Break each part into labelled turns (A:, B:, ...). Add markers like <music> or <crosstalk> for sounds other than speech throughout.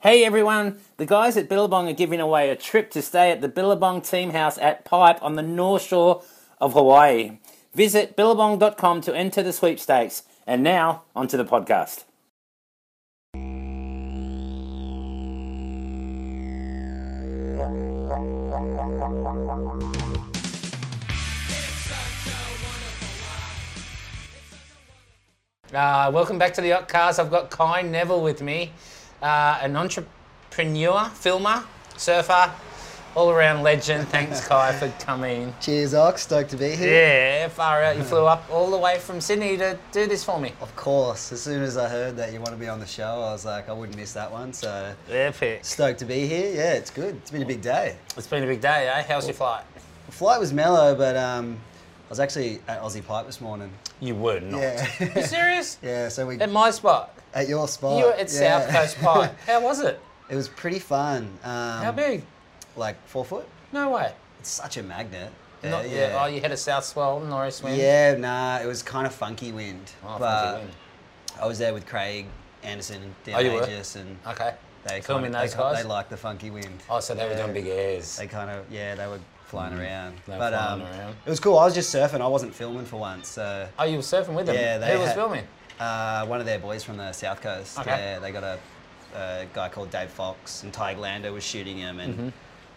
A: Hey everyone, the guys at Billabong are giving away a trip to stay at the Billabong Team House at Pipe on the North Shore of Hawaii. Visit billabong.com to enter the sweepstakes. And now, onto the podcast. Uh, welcome back to the Otcast. I've got Kai Neville with me, uh, an entrepreneur, filmer, surfer, all around legend. Thanks, Kai, for <laughs> coming.
B: Cheers, Ox. Stoked to be here.
A: Yeah, far out. You flew up all the way from Sydney to do this for me.
B: Of course. As soon as I heard that you want to be on the show, I was like, I wouldn't miss that one. So
A: Epic.
B: stoked to be here. Yeah, it's good. It's been a big day.
A: It's been a big day, eh? How's your flight?
B: The flight was mellow, but um, I was actually at Aussie Pipe this morning.
A: You were not. <laughs> You
B: Yeah.
A: serious?
B: <laughs> yeah. So we
A: At my spot.
B: at your spot.
A: You were at
B: yeah.
A: South Coast Pie. How was it?
B: <laughs> it was pretty fun. Um,
A: How big?
B: Like four foot.
A: No way.
B: It's such a magnet.
A: Not yeah. Oh, you had a south swell, Norris wind.
B: Yeah, nah, it was kind of funky wind.
A: Oh,
B: but
A: funky wind.
B: I was there with Craig Anderson and Dan
A: Oh, you were?
B: Aegis and
A: Okay.
B: they
A: Filming
B: kinda-
A: those
B: they,
A: guys?
B: They like the funky wind.
A: Oh, so they were
B: Yeah.
A: doing big airs.
B: They kind of yeah, they were flying around.
A: They were
B: but
A: flying
B: um,
A: around.
B: it was cool. I was just surfing. I wasn't filming for once. So
A: oh, you were surfing with them?
B: yeah, they
A: Who was
B: had-
A: filming?
B: Uh, one of their boys from the south coast.
A: Okay.
B: Yeah, they got a, a guy called Dave Fox and Tig Lander was shooting him, and
A: Mm-hmm.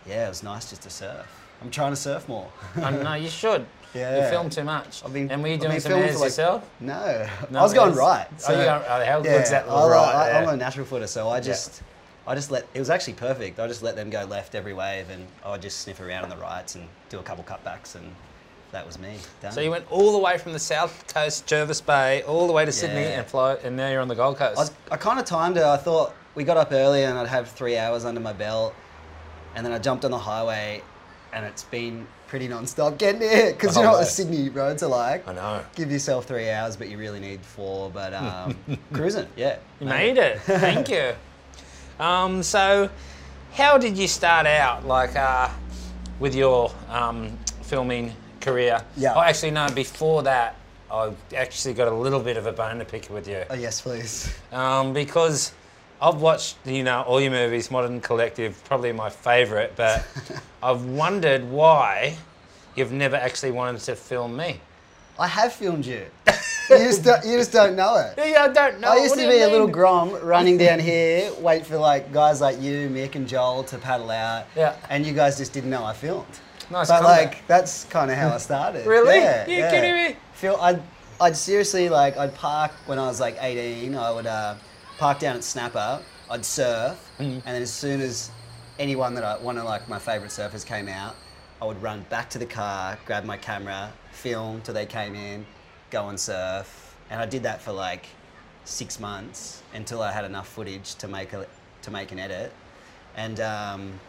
B: yeah, it was nice just to surf. I'm trying to surf more. <laughs>
A: I don't know, uh, you should.
B: Yeah.
A: You film too much.
B: I've been.
A: and were you
B: I've
A: doing
B: been
A: some
B: filming
A: airs
B: for, like-
A: yourself?
B: No,
A: No
B: I was going
A: airs?
B: right.
A: Oh, you going- oh, how good's that little
B: I,
A: right
B: I,
A: there?
B: I'm a natural footer, so I just, I just let. It was actually perfect. I just let them go left every wave, and I would just sniff around on the rights and do a couple cutbacks, and that was me. Done.
A: So you went all the way from the south coast, Jervis Bay, all the way to Sydney
B: Yeah.
A: and fly, and now you're on the Gold Coast.
B: I, was, I kind of timed it. I thought we got up early and I'd have three hours under my belt, and then I jumped on the highway, and it's been pretty non-stop getting here because
A: The
B: you know
A: whole
B: what the
A: way.
B: Sydney roads are like.
A: I know.
B: Give yourself three hours, but you really need four. But um, cruising, yeah.
A: You made it. Thank
B: <laughs>
A: you. Um, so, how did you start out, like, uh, with your um, filming career?
B: Yeah.
A: Oh, actually, no. Before that, I actually got a little bit of a bone to pick with you
B: Oh yes, please.
A: um, because I've watched, you know, all your movies, Modern Collective, probably my favourite,
B: <laughs>
A: but I've wondered why you've never actually wanted to film me.
B: I have filmed you. you, just don't, you just don't know it.
A: Yeah, I don't know.
B: I used
A: What
B: to
A: do
B: be
A: you
B: a little
A: mean?
B: grom running down here, wait for like guys like you, Mick and Joel to paddle out.
A: Yeah.
B: And you guys just didn't know I filmed.
A: Nice
B: But
A: comeback.
B: like that's kind of how I started.
A: Really?
B: Yeah,
A: You
B: yeah.
A: kidding me?
B: Feel I'd I'd seriously like I'd park when I was like 18. I would uh, park down at Snapper. I'd surf,
A: Mm.
B: and then as soon as anyone that I one of like my favourite surfers came out, I would run back to the car, grab my camera, film till they came in, go and surf, and I did that for like six months until I had enough footage to make a to make an edit, and. Um,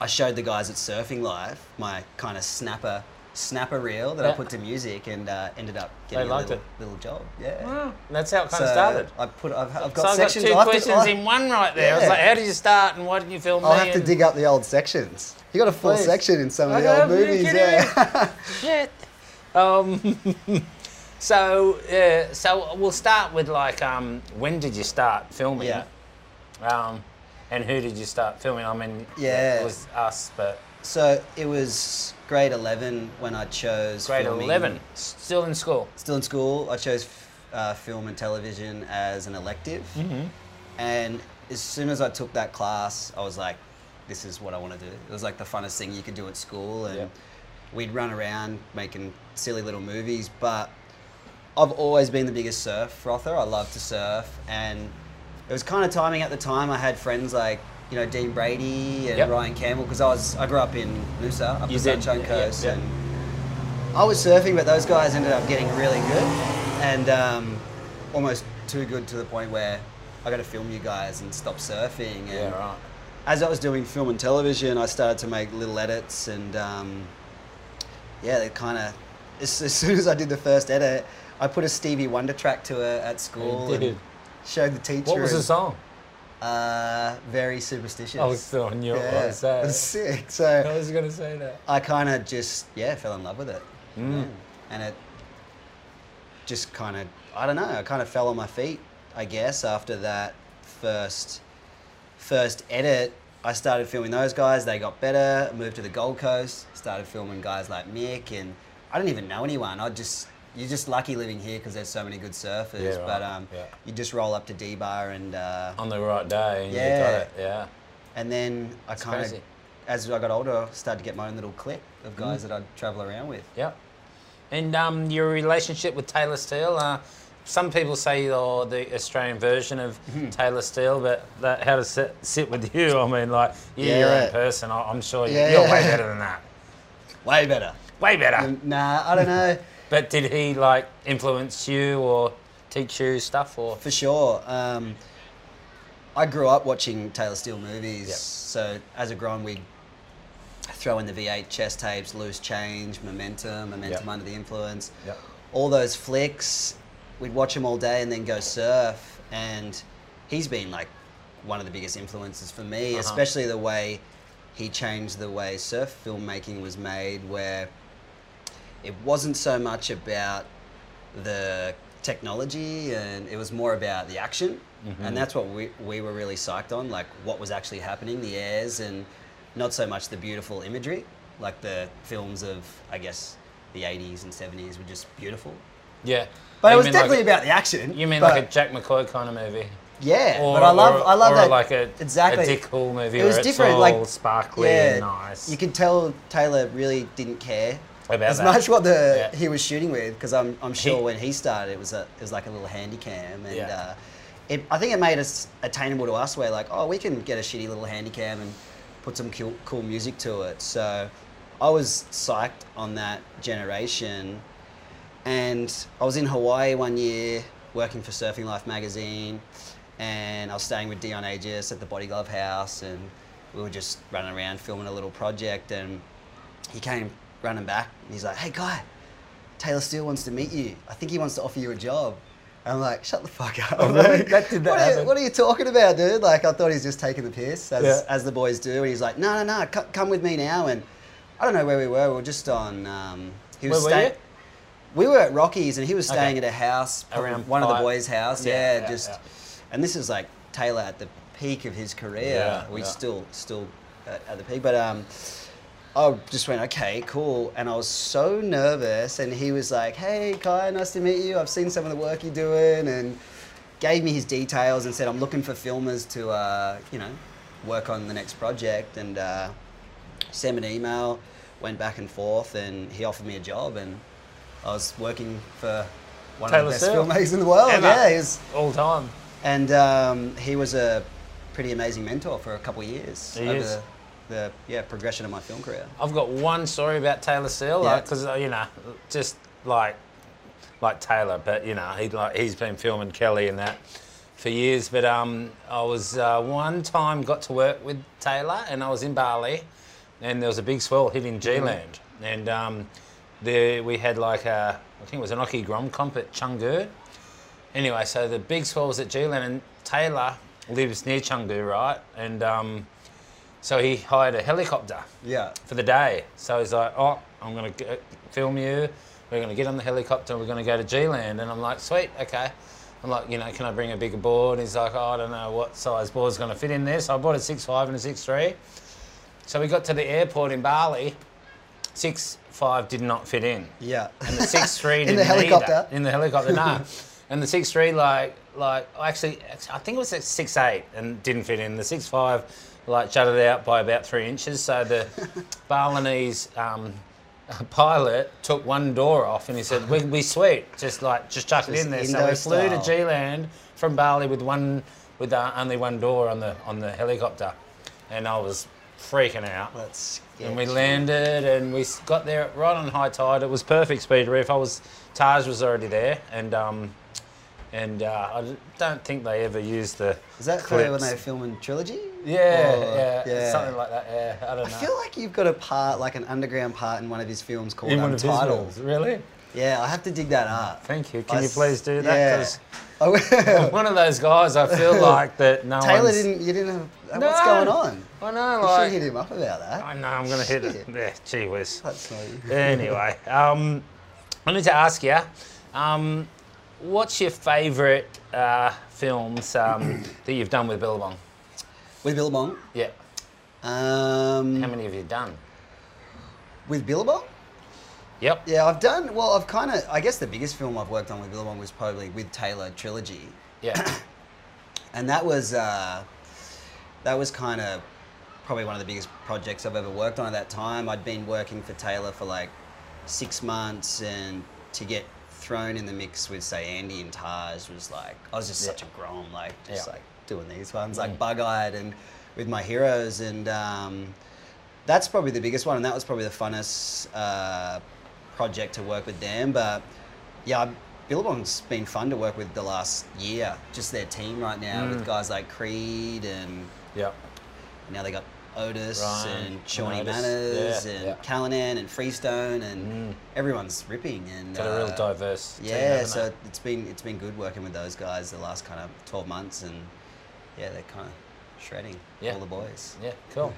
B: I showed the guys at Surfing Live my kind of snapper snapper reel that
A: Yeah.
B: I put to music and uh, ended up getting a
A: liked
B: little,
A: it.
B: little job. Yeah.
A: Wow, that's how it kind
B: So
A: of started.
B: I put. I've, I've
A: so
B: got
A: I've
B: sections.
A: got two
B: I'll have to-
A: questions
B: I'll-
A: in one right there. I was
B: Yeah.
A: like, how did you start and why did you film
B: <laughs> I'll
A: me?
B: have to
A: and-
B: dig up the old sections. You got a full
A: Please.
B: section in some of
A: Okay,
B: the old
A: are you
B: movies.
A: kidding
B: Yeah.
A: <laughs> Shit.
B: <laughs>
A: Um, <laughs> so, yeah, so we'll start with like, um, when did you start filming?
B: Yeah.
A: Um, and who did you start filming? I mean,
B: Yeah.
A: it was us, but
B: so it was grade eleven when I chose
A: grade
B: filming.
A: eleven, still in school.
B: Still in school, I chose uh, film and television as an elective.
A: Mm-hmm.
B: And as soon as I took that class, I was like, this is what I want to do. It was like the funnest thing you could do at school. And
A: Yeah.
B: we'd run around making silly little movies. But I've always been the biggest surf frother. I love to surf. And it was kind of timing at the time. I had friends like, you know, Dean Brady and
A: Yep.
B: Ryan Campbell, because I was I grew up in Noosa, up
A: You
B: the
A: did,
B: Sunshine
A: yeah, yeah,
B: Coast.
A: yeah.
B: And I was surfing, but those guys ended up getting really good and um, almost too good to the point where I got to film you guys and stop surfing.
A: Yeah,
B: And
A: right.
B: As I was doing film and television, I started to make little edits and um, yeah, they kind of. As, <laughs> as soon as I did the first edit, I put a Stevie Wonder track to it at school
A: did.
B: and showed the teacher.
A: What was the
B: and,
A: song? Oh,
B: Uh, very superstitious.
A: I was still knew it
B: yeah,
A: was
B: it was
A: that.
B: sick.
A: I
B: So
A: was gonna say that.
B: I kind of just yeah fell in love with it,
A: Mm.
B: Yeah. and it just kind of I don't know. I kind of fell on my feet, I guess, after that first first edit, I started filming those guys. They got better. Moved to the Gold Coast. Started filming guys like Mick, and I didn't even know anyone. I just you're just lucky living here because there's so many good surfers.
A: Yeah, right.
B: But um,
A: Yeah. Oh.
B: you just roll up to D Bar and uh,
A: on the right day. Yeah,
B: Yeah.
A: got it. yeah.
B: and then I kind of
A: crazy.
B: as I got older, I started to get my own little clique of guys
A: Mm.
B: that I'd travel around with.
A: Yep. And um, your relationship with Taylor Steele, uh, some people say you're the Australian version of
B: Mm-hmm.
A: Taylor Steele, but that, how does it sit with you? I mean, like, you're your
B: Yeah.
A: own person. I, I'm sure you-
B: Yeah,
A: you're
B: yeah.
A: way better than that.
B: Way better.
A: Way better.
B: Um, Nah, I don't know.
A: But did he, like, influence you or teach you stuff or?
B: For sure. Um, I grew up watching Taylor Steele movies, so as a grown we throw in the VHS tapes, Loose Change, Momentum, Momentum
A: Yep.
B: Under the Influence,
A: Yep.
B: all those flicks. We'd watch them all day and then go surf, and he's been like one of the biggest influences for me, especially the way he changed the way surf filmmaking was made, where it wasn't so much about the technology and it was more about the action
A: Mm-hmm.
B: and that's what we, we were really psyched on like what was actually happening the airs and not so much the beautiful imagery like the films of i guess the 80s and 70s were just beautiful
A: Yeah.
B: but it
A: You
B: was
A: mean
B: definitely
A: like,
B: about the action
A: You mean
B: but-
A: like a Jack McCoy kind of movie?
B: yeah
A: Or-
B: but i love
A: or-
B: i love
A: or
B: that
A: like a
B: exactly
A: a Dick Hall movie
B: it was
A: where
B: different
A: it's all
B: like
A: sparkly
B: yeah,
A: and nice.
B: you could tell taylor really didn't care
A: About
B: as
A: that.
B: much what the
A: Yeah.
B: he was shooting with because I'm, I'm sure
A: He-
B: when he started it was a it was like a little handy cam and
A: Yeah.
B: uh, it, I think it made us attainable to us where like oh we can get a shitty little handy cam and put some cool, cool music to it so I was psyched on that generation and I was in Hawaii one year working for Surfing Life magazine, and I was staying with Dion Aegis at the Body Glove House, and we were just running around filming a little project, and he came running back, and he's like, "Hey, guy, Taylor Steele wants to meet you. I think he wants to offer you a job." And I'm <laughs> like, "Shut the fuck up!"
A: Oh, really? That did that
B: what, are you,
A: happen?
B: what are you talking about, dude? Like, I thought he's just taking the piss, as,
A: Yeah.
B: as the boys do, and he's like, "No, no, no, c- come with me now." And I don't know where we were. We were just on. Um, he was
A: Where were
B: staying.
A: you?
B: We were at Rockies, and he was staying
A: Okay.
B: at a house probably
A: Around
B: one of the
A: five.
B: boys' house.
A: Yeah,
B: Yeah,
A: yeah,
B: just,
A: yeah.
B: and this is like Taylor at the peak of his career.
A: Yeah,
B: we
A: yeah.
B: still still at, at the peak, but um, I just went okay, cool, and I was so nervous. And he was like, "Hey, Kai, nice to meet you. I've seen some of the work you're doing," and gave me his details and said, "I'm looking for filmers to, uh, you know, work on the next project." And uh, sent him an email, went back and forth, and he offered me a job, and I was working for one
A: Taylor
B: of the best
A: Steele.
B: filmmakers in the world.
A: Ever.
B: Yeah, he was,
A: all time.
B: and um, he was a pretty amazing mentor for a couple of years
A: He
B: over
A: is.
B: the, the yeah progression of my film career.
A: I've got one story about Taylor Steele,
B: Yeah.
A: because uh, you know, just like like Taylor, but you know, he like he's been filming Kelly and that for years. But um, I was uh, one time got to work with Taylor, and I was in Bali, and there was a big swell hitting G-land, and um, there we had like a I think it was an Oki Grom comp at Chengdu. Anyway, so the big swell was at G-land, and Taylor lives near Chengdu, right? And um, so he hired a helicopter
B: Yeah,
A: for the day. So he's like, oh, I'm going to film you. We're going to get on the helicopter. We're going to go to G-Land. And I'm like, sweet, okay. I'm like, you know, can I bring a bigger board? He's like, oh, I don't know what size board's going to fit in there. So I bought a 6.5 and a 6.3. So we got to the airport in Bali. 6.5 did not fit in.
B: yeah, <laughs>
A: And the six three
B: In the helicopter?
A: in the helicopter,
B: <laughs>
A: no. and the six three, like, like I actually, I think it was a six eight, and didn't fit in. The six five, like, jutted out by about three inches. So the
B: <laughs>
A: Balinese um, pilot took one door off, and he said, "We we sweet, just like just chuck it
B: Just
A: in there."
B: Indo
A: so we flew to
B: style.
A: G Land from Bali with one, with uh, only one door on the on the helicopter, and I was freaking out.
B: that's
A: And we
B: sketchy.
A: landed and we s- got there right on high tide. It was perfect speed reef. I was Taj was already there, and um, and uh, I d- don't think they ever used the.
B: Is that for
A: clips.
B: when they were filming trilogy?
A: Yeah,
B: Or- uh,
A: yeah, something like that. Yeah, I don't
B: I
A: know.
B: feel like you've got a part, like an underground part in one of his films called
A: In one of his
B: Untitled.
A: films, really?
B: Yeah, I have to dig that up.
A: Thank you. Can
B: I
A: you
B: s-
A: please do that? 'Cause
B: <laughs>
A: <laughs>
B: I will.
A: one of those guys, I
B: <laughs>
A: feel like that. No
B: Taylor
A: one's-
B: didn't. You didn't. Have, uh,
A: No.
B: What's going on?
A: I know,
B: You should
A: like
B: hit him up about that.
A: I know. I'm gonna hit it.
B: Shit.
A: Yeah, gee whiz.
B: That's not-
A: anyway, um, I need to ask you, um, what's your favourite uh, films um, that you've done with Billabong?
B: with Billabong.
A: Yeah.
B: Um,
A: How many have you done?
B: with Billabong?
A: Yep.
B: Yeah, I've done. Well, I've kind of. I guess the biggest film I've worked on with Billabong was probably with Taylor trilogy,
A: Yeah.
B: and that was uh, that was kind of probably one of the biggest projects I've ever worked on at that time. I'd been working for Taylor for like six months, and to get thrown in the mix with say Andy and Taj was like I was just such a grom, like just
A: Yeah.
B: like doing these ones, like bug eyed and with my heroes, and um, that's probably the biggest one, and that was probably the funnest uh, project to work with them. But yeah, I- Billabong's been fun to work with the last year. Just their team right now
A: Mm.
B: with guys like Creed and
A: yep.
B: now they got Otis
A: Ryan,
B: and Shawnee
A: Otis,
B: Manners
A: yeah,
B: and
A: yeah.
B: Callanan and Freestone and everyone's ripping and
A: Got a real
B: uh,
A: diverse. team,
B: Yeah,
A: haven't
B: so
A: they?
B: it's been it's been good working with those guys the last kind of twelve months and yeah they're kind of shredding
A: Yeah.
B: all the boys.
A: Yeah, cool.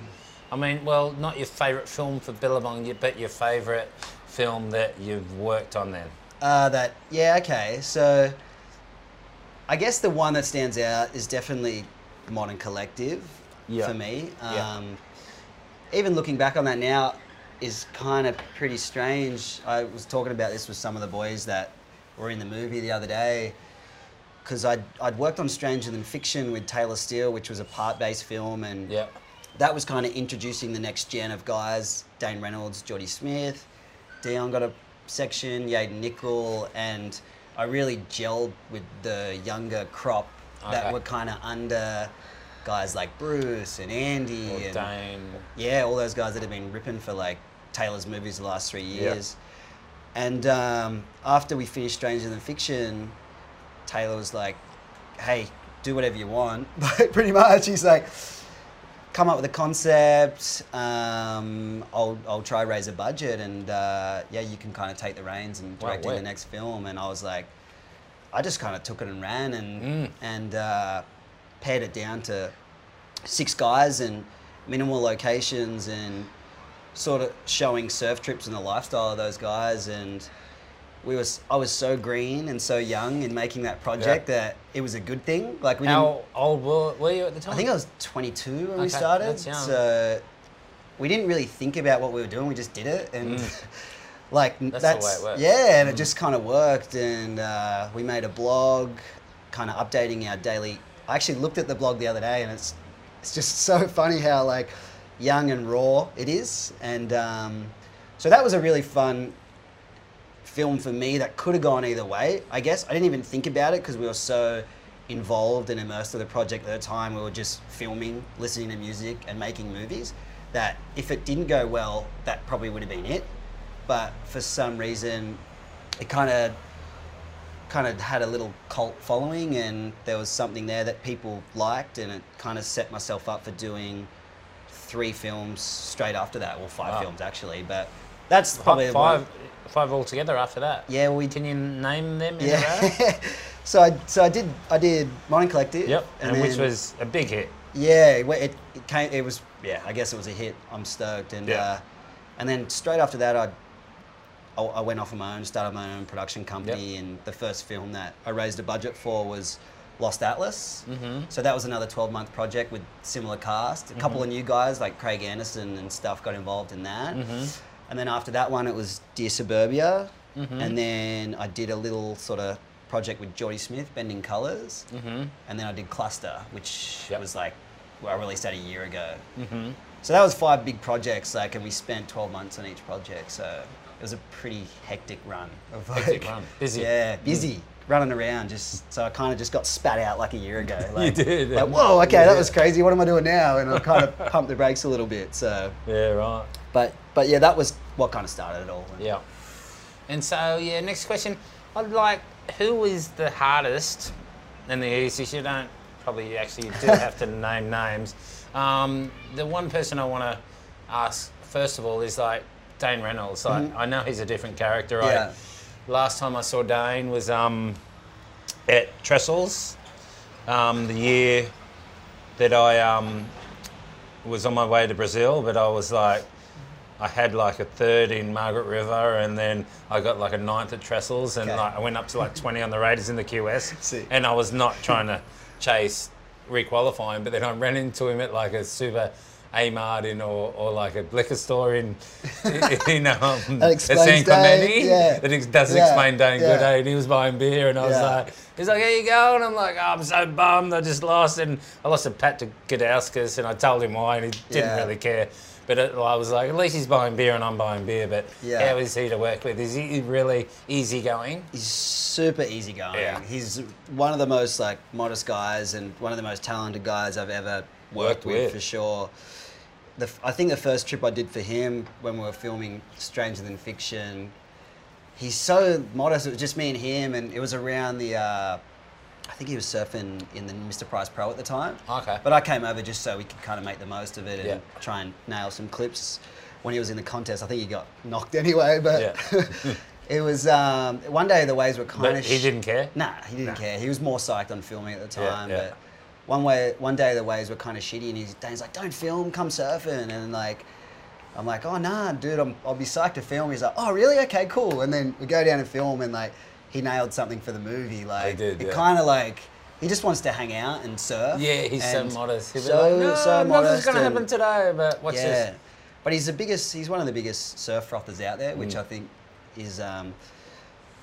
A: I mean, well, not your favourite film for Billabong, y- but your favourite film that you've worked on then.
B: Uh, that yeah okay so I guess the one that stands out is definitely Modern Collective
A: Yeah.
B: for me. Um,
A: Yeah.
B: Even looking back on that now is kind of pretty strange. I was talking about this with some of the boys that were in the movie the other day because I'd, I'd worked on Stranger Than Fiction with Taylor Steele, which was a part based film and
A: Yeah.
B: that was kind of introducing the next gen of guys Dane Reynolds, Jody Smith, Dion got a section, Yaden Nickel, and I really gelled with the younger crop
A: Okay.
B: that were kind of under guys like Bruce and Andy
A: Or
B: and
A: Dame.
B: yeah, all those guys that have been ripping for like Taylor's movies the last three years. And um, after we finished Stranger Than Fiction, Taylor was like, "Hey, do whatever you want." <laughs> But pretty much, he's like, "Come up with a concept. Um, I'll I'll try raise a budget, and uh, yeah, you can kind of take the reins and
A: Wow,
B: direct in the
A: wait.
B: next film." And I was like, I just kind of took it and ran and
A: Mm.
B: and uh, pared it down to six guys and minimal locations and sort of showing surf trips and the lifestyle of those guys and we was I was so green and so young in making that project that it was a good thing like we didn't,
A: How old were, were you at the time?
B: I think I was 22 when we
A: Okay,
B: started
A: that's young.
B: so we didn't really think about what we were doing we just did it and <laughs> like
A: Mm. the
B: that's,
A: way it works. Mm.
B: yeah and it just kind of worked and uh, we made a blog kind of updating our daily I actually looked at the blog the other day and it's it's just <laughs> so funny how like young and raw it is and um, so that was a really fun film for me that could have gone either way. I guess I didn't even think about it because we were so involved and immersed with the project at the time. We were just filming, listening to music, and making movies. That if it didn't go well, that probably would have been it. But for some reason, it kind of kind of had a little cult following and there was something there that people liked and it kind of set myself up for doing three films straight after that well five
A: Wow.
B: films actually but that's probably
A: Fi-
B: the one-
A: five, five altogether after that.
B: yeah we
A: Can you name them in a row?
B: yeah. <laughs> so I so I did I did Modern Collective.
A: Yep, and, which
B: then-
A: was a big hit.
B: yeah it, wa- it, it came it was yeah I guess it was a hit. I'm stoked and
A: Yeah.
B: uh, and then straight after that I, I I went off on my own, started my own production company, and the first film that I raised a budget for was. Lost Atlas. Mm-hmm. So that was another 12 month project with similar cast. A couple of new guys like Craig Anderson and stuff got involved in that. And then after that one, it was Dear Suburbia. And then I did a little sort of project with Geordie Smith, Bending Colors. Mm-hmm. And then I did Cluster, which
A: Yep.
B: was like, well, I released that a year ago. Mm-hmm. So that was five big projects, like, and we spent 12 months on each project. So it was a pretty hectic run. Of
A: Hectic
B: like-
A: run. Busy.
B: Yeah, busy. Running around, just so I kind of just got spat out like a
A: <laughs>
B: year ago. Like,
A: did.
B: Like, whoa, okay, that was crazy. What am I doing now? And I kind of <laughs> pumped the brakes a little bit. So
A: Yeah, right.
B: but but yeah, that was what kind of started it all.
A: Yeah. And so, yeah, next question. I'd like, who is the hardest and the easiest? You don't probably actually <laughs> you do have to name names. Um, the one person I want to ask, first of all, is like Dane Reynolds. Like, I know he's a different character.
B: Yeah.
A: I, last time I saw Dane was um, at Trestles, um, the year that I um, was on my way to Brazil, but I was like, I had like a third in Margaret River, and then I got like a ninth at Trestles, and
B: Okay. <laughs>
A: like, I went up to like 20 on the Raiders in the QS,
B: Sick.
A: and I was not trying to chase re-qualifying, but then I ran into him at like a super A Mart in or, or like a liquor store
B: <laughs>
A: in <laughs> in um, at
B: explains
A: San
B: Day,
A: Clemente.
B: yeah.
A: That ex- doesn't
B: Yeah,
A: explain day and
B: yeah.
A: good day. And he was buying beer, and I was
B: Yeah.
A: like, he's like, here you go, and I'm like, oh, I'm so bummed, I just lost, and I lost to Pat Gadauskas, and I told him why, and he didn't
B: Yeah.
A: really care. But it, I was like, at least he's buying beer and I'm buying beer. But
B: Yeah.
A: how is he to work with? Is he really easygoing?
B: He's super easygoing.
A: Yeah.
B: He's one of the most like modest guys and one of the most talented guys I've ever worked,
A: Worked
B: with,
A: with.
B: for sure. The, f- I think the first trip I did for him when we were filming Stranger Than Fiction, he's so modest. It was just me and him, and it was around the. Uh, I think he was surfing in the Mr. Price Pro at the time.
A: Oh, Okay.
B: But I came over just so we could kind of make the most of it and
A: Yeah.
B: try and nail some clips. When he was in the contest, I think he got knocked <laughs> anyway, but
A: Yeah.
B: <laughs> it was um, one day the waves were kind
A: But
B: of.
A: he didn't care?
B: Nah, he didn't care. He was more psyched on filming at the
A: Yeah,
B: time.
A: yeah.
B: But one way, one day the waves were kind of shitty, and he's Dane's like, "Don't film, come surfing," and like. I'm like, oh nah, dude, I'm, I'll be psyched to film. He's like, oh really? Okay, cool. And then we go down and film, and like, he nailed something for the movie. Like,
A: did,
B: it
A: yeah.
B: kind of like he just wants to hang out and surf.
A: Yeah, he's
B: and
A: so modest. He'd be
B: so
A: like, no,
B: so
A: nothing's
B: modest.
A: going to
B: and-
A: happen today, but what's
B: yeah,
A: this?
B: but he's the biggest. He's one of the biggest surf frothers out there,
A: Mm.
B: which I think is um,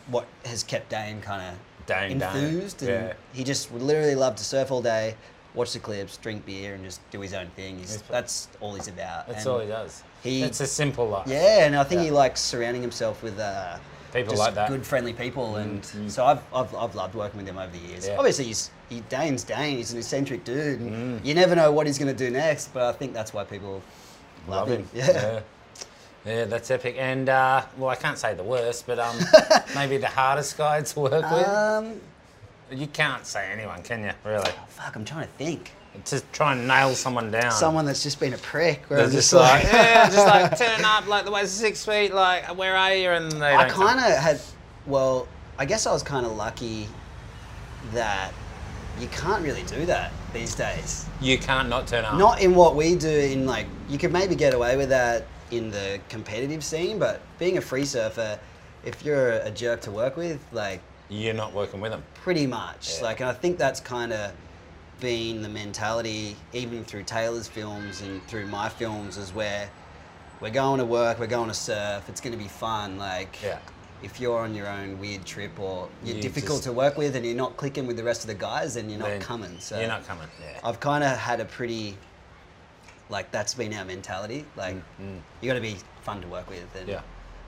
B: what has kept Dane kind of
A: Dane, Dane,
B: enthused. And
A: yeah.
B: he just would literally love to surf all day, watch the clips, drink beer, and just do his own thing. He's, that's all he's about.
A: That's
B: and
A: all he does.
B: he-
A: it's a simple life.
B: Yeah, and I think
A: Yeah.
B: he likes surrounding himself with uh,
A: People
B: just
A: like that. Mm,
B: good, friendly people. And so I've, I've, I've loved working with him over the years.
A: Yeah.
B: Obviously, he's he, Dane's Dane. He's an eccentric dude. And
A: Mm.
B: You never know what he's going to do next, but I think that's why people
A: Love
B: love,
A: him.
B: Yeah.
A: yeah. Yeah, that's epic. And, uh, well, I can't say the worst, but
B: <laughs>
A: um, maybe the hardest guy to work
B: Um,
A: with. You can't say anyone, can you? Really?
B: fuck, I'm trying to think.
A: To try and nail someone down.
B: Someone that's just been a prick. Where
A: They're
B: I'm
A: just
B: just
A: like,
B: <laughs> like,
A: yeah, just like turn up, like the way six feet, like where are you? And they
B: I
A: don't
B: kind of had. Well, I guess I was kind of lucky that you can't really do that these days.
A: come. You can't not turn up.
B: Not in what we do. In like, you could maybe get away with that in the competitive scene, but being a free surfer, if you're a jerk to work with, like
A: You're not working with them.
B: pretty much.
A: Yeah.
B: Like, and I think that's kind of been the mentality, even through Taylor's films and through my films, is where we're going to work, we're going to surf, it's going to be fun. Like,
A: Yeah.
B: if you're on your own weird trip or you're
A: You
B: difficult
A: just-
B: to work with and you're not clicking with the rest of the guys, then you're not
A: Then
B: coming. Oh. So
A: You're not coming. Yeah.
B: I've kind of had a pretty like that's been our mentality. Like you got to be fun to work with. And
A: Mm, Yeah.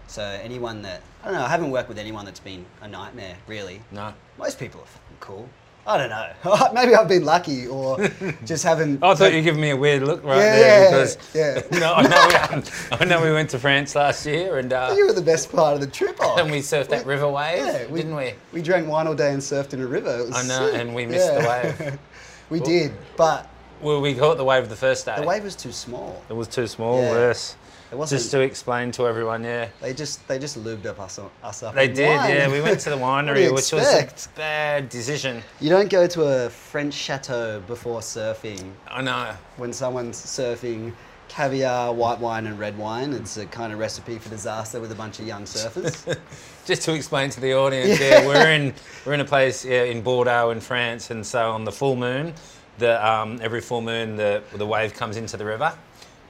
B: So anyone that I don't know, I haven't worked with anyone that's been a nightmare really.
A: No.
B: Most people are fucking cool. I don't know. <laughs> Maybe I've been lucky
A: <laughs>
B: or just haven't.
A: Oh, I thought you were giving me a weird look right
B: Yeah,
A: there
B: yeah,
A: because <laughs>
B: yeah.
A: no, I know, we, I know we went to France last year and uh,
B: You were the best part of the trip. Oh.
A: and we surfed that river wave,
B: Yeah, we-
A: didn't we?
B: We drank wine all day and surfed in a river. It was
A: I know,
B: sick.
A: and we missed the
B: Yeah. <laughs>
A: wave.
B: we did, but
A: Well, we caught the wave the first day.
B: the wave was too small.
A: It was too small.
B: Yeah.
A: Yes.
B: It wasn't.
A: Just to explain to everyone, yeah.
B: they just they just lubed up us, us up.
A: They
B: with
A: did,
B: wine.
A: yeah. We
B: <laughs>
A: went to the
B: What do
A: winery,
B: you
A: which was a
B: expect?
A: bad decision.
B: You don't go to a French chateau before surfing.
A: I know.
B: When someone's surfing caviar, white wine, and red wine, it's a kind of recipe for disaster with a bunch of young
A: <laughs>
B: surfers.
A: Just to explain to the audience, yeah, we're in we're in a place yeah, in Bordeaux in France, and so on the full moon, the um, every full moon the the wave comes into the river,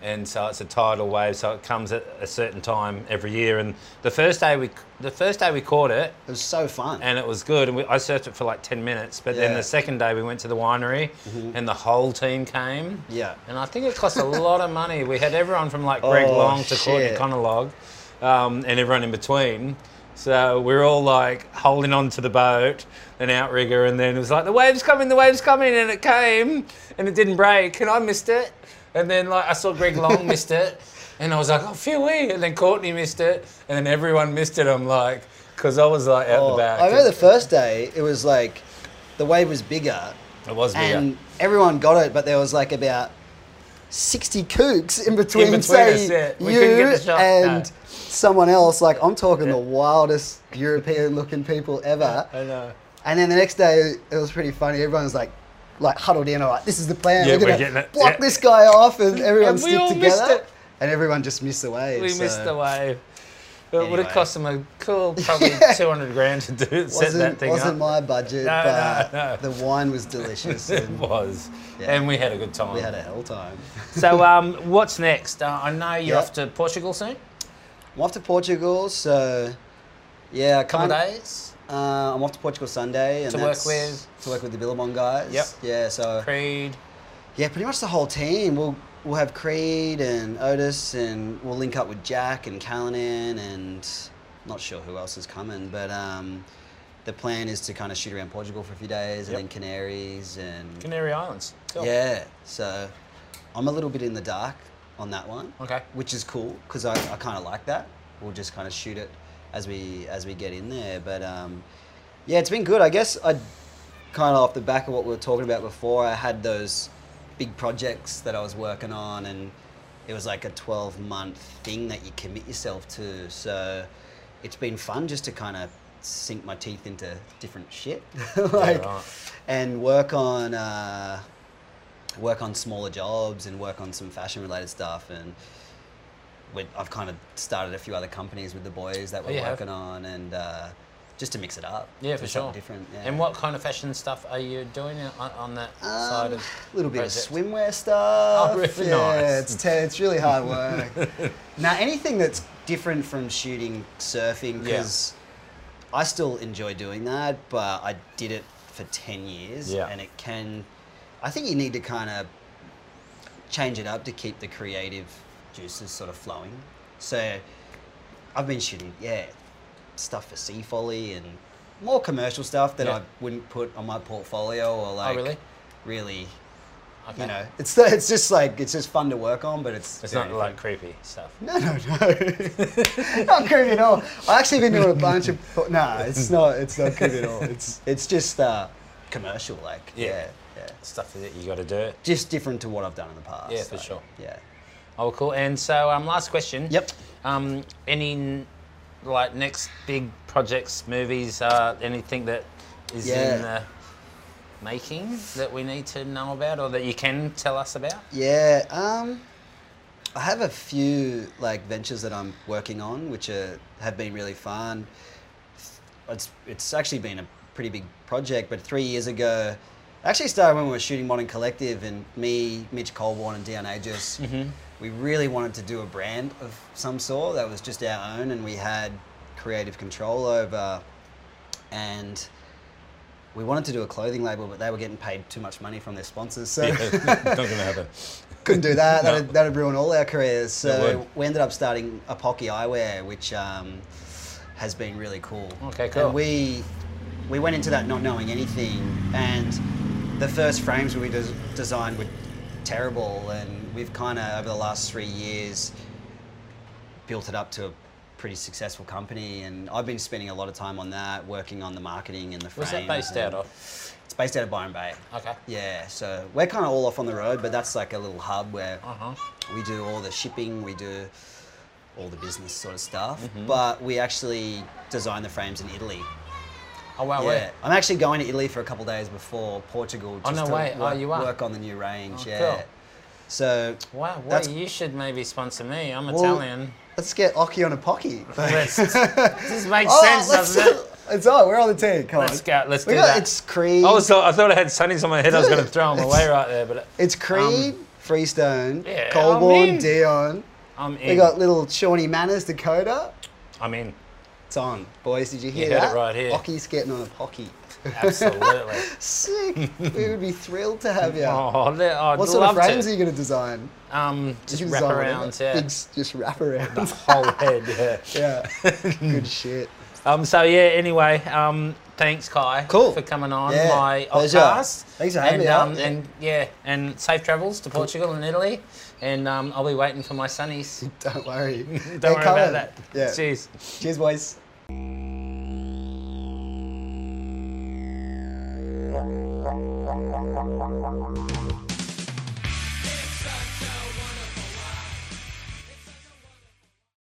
A: and so it's a tidal wave, so it comes at a certain time every year. And the first day we the first day we caught it,
B: it was so fun.
A: and it was good. And we, I surfed it for like ten minutes, but then
B: Yeah. Mm-hmm.
A: the second day we went to the winery, and the whole team came.
B: Yeah.
A: and I think it cost a lot of money. We had everyone from like Greg
B: Oh,
A: Long to Courtney
B: shit.
A: Conalog, um, and everyone in between. So we were all like holding on to the boat, an outrigger, and then it was like the waves coming, the waves coming, and it came, and it didn't break, and I missed it, and then like I saw Greg
B: <laughs>
A: Long missed it, and I was like, oh, phew, wee," and then Courtney missed it, and then everyone missed it. I'm like, because I was like out
B: Oh,
A: the back.
B: I remember the first day, it was like the wave was bigger,
A: It was bigger.
B: and everyone got it, but there was like about 60 kooks in between,
A: between
B: say,
A: us, yeah. We
B: you
A: couldn't get the shot,
B: and
A: no.
B: someone else. Like, I'm talking the wildest European looking people ever.
A: I know.
B: And then the next day, it was pretty funny. Everyone was like, like huddled in, all right, this is the plan.
A: Yeah,
B: we're
A: we're
B: gonna
A: getting it,
B: block
A: yeah.
B: this guy off, and everyone
A: And we
B: stick
A: all missed
B: together.
A: it.
B: And everyone just missed the wave.
A: We
B: so
A: missed the wave. But it would have
B: uh, Anyway.
A: cost them a cool,
B: <laughs>
A: probably 200 grand to do set that
B: Wasn't,
A: thing
B: wasn't
A: up.
B: my budget,
A: No,
B: but
A: no, no.
B: the wine was
A: <laughs>
B: delicious. <laughs>
A: it
B: and
A: was,
B: Yeah.
A: and we had a good time.
B: we had a hell time. <laughs>
A: so, um, what's next? Uh, I know you're
B: Yeah.
A: off to Portugal soon.
B: I'm off to Portugal, so yeah, I
A: Couple
B: can't.
A: days.
B: Uh, I'm off to Portugal Sunday, and
A: To work
B: that's-
A: with-
B: to work with the Billabong guys.
A: Yep.
B: Yeah, so
A: Creed.
B: yeah, pretty much the whole team. We'll we'll have Creed and Otis, and we'll link up with Jack and Callanan, and I'm not sure who else is coming, but um, the plan is to kind of shoot around Portugal for a few days, and
A: Yep.
B: then Canaries and
A: Canary Islands. Cool.
B: yeah, so I'm a little bit in the dark on that one.
A: Okay.
B: Which is cool because I, I kind of like that. We'll just kind of shoot it as we as we get in there. But um, yeah, it's been good. I guess I kind of off the back of what we were talking about before. I had those big projects that I was working on, and it was like a 12 month thing that you commit yourself to. So it's been fun just to kind of sink my teeth into different shit, <laughs> like,
A: right.
B: and work on. Uh, work on smaller jobs and work on some fashion related stuff and we I've kind of started a few other companies with the boys that
A: Oh,
B: we're
A: you have?
B: working on and uh, just to mix it up
A: Yeah,
B: do
A: for
B: something
A: sure.
B: different yeah.
A: And what kind of fashion stuff are you doing on, on that side of
B: Um, a little bit
A: project?
B: of swimwear stuff.
A: Oh, really
B: yeah,
A: nice.
B: it's te- it's really hard
A: <laughs>
B: work. now anything that's different from shooting surfing
A: Yeah.
B: because I still enjoy doing that, but I did it for ten years,
A: Yeah.
B: and it can. I think you need to kind of change it up to keep the creative juices sort of flowing. So I've been shooting, yeah, stuff for Sea Folly and more commercial stuff that
A: Yeah.
B: I wouldn't put on my portfolio or like
A: Oh, really?
B: really
A: Okay.
B: you know it's it's just like it's just fun to work on but it's
A: It's
B: very
A: not like creepy stuff.
B: no, no, no. <laughs> not creepy at all. I actually been doing a bunch of. No, it's not. It's not creepy at
A: <laughs>
B: all. It's it's just uh, commercial, like
A: Yeah.
B: yeah. yeah,
A: Stuff that you got to do.
B: Just different to what I've done in the past.
A: Yeah, for
B: like,
A: sure.
B: Yeah.
A: Oh, cool. And so, um, last question.
B: Yep.
A: Um, any n- like next big projects, movies, uh, anything that is
B: Yeah.
A: in the making that we need to know about or that you can tell us about?
B: Yeah. Um, I have a few like ventures that I'm working on, which are, have been really fun. It's it's actually been a pretty big project, but three years ago, it actually started when we were shooting Modern Collective, and me, Mitch Colborn, and Dion Aegis, we really wanted to do a brand of some sort that was just our own, and we had creative control over, and. We wanted to do a clothing label, but they were getting paid too much money from their sponsors, so <laughs>
A: not going to <laughs> happen.
B: couldn't do
A: <laughs>
B: that.
A: No.
B: That'd, that'd ruin all our
A: It
B: careers. So
A: would.
B: we ended up starting a Pocky Eyewear, which um, has been really cool.
A: Okay, cool.
B: And we we went into that not knowing anything, and the first frames we des- designed were terrible, and we've kind of over the last three years built it up to a pretty successful company and I've been spending a lot of time on that working on the marketing and the frames
A: What's that based out
B: and-
A: of?
B: it's based out of Byron Bay
A: Okay.
B: yeah, so we're kind of all off on the road, but that's like a little hub where
A: Uh huh.
B: we do all the shipping, we do all the business sort of stuff.
A: Mm-hmm.
B: But we actually design the frames in Italy.
A: Oh, wow.
B: yeah,
A: Where?
B: I'm actually going to Italy for a couple days before Portugal. Just
A: no
B: to
A: way. Oh,
B: Work,
A: you are?
B: work on the new range.
A: Oh,
B: yeah.
A: cool.
B: So
A: Wow. Well,
B: That's-
A: you should maybe sponsor me. I'm
B: well,
A: Italian.
B: Let's get Oki on a pocky. <laughs>
A: Let's- this makes
B: Oh,
A: sense,
B: let's-
A: doesn't it?
B: <laughs> It's on. We're on the team. Come
A: Let's
B: on.
A: go. Let's
B: We
A: do
B: got,
A: that.
B: It's Creed.
A: I, was, I thought I had sunnies on my head. I was going to throw them away right there, but
B: it's Creed. Freestone.
A: Um, Yeah, I'm in.
B: Colborne. Dion.
A: I'm in.
B: We got little Shawnee Manners, Dakota.
A: I'm
B: <laughs>
A: in.
B: It's on, boys. Did you hear
A: heard it
B: that?
A: right here.
B: Hockey's getting on a pocky.
A: Absolutely.
B: <laughs> Sick. we would be thrilled to have you.
A: Oh, le- I'd
B: what sort
A: love
B: of frames
A: to.
B: are you going to design? You
A: Um, just
B: can
A: wrap
B: design whatever.
A: around, yeah.
B: Big s- just wrap around.
A: whole head. Yeah.
B: <laughs> yeah. Good shit.
A: <laughs> Um, so yeah. Anyway, um, thanks, Kai.
B: Cool.
A: for coming on
B: Yeah,
A: my
B: pleasure.
A: podcast.
B: Thanks for
A: and,
B: having me
A: Um,
B: out, yeah.
A: And yeah, and safe travels to Portugal and Italy. And um, I'll be waiting for my sunnies.
B: Don't worry.
A: Don't
B: They're
A: worry
B: coming.
A: about that.
B: Yeah.
A: Cheers.
B: Cheers, boys.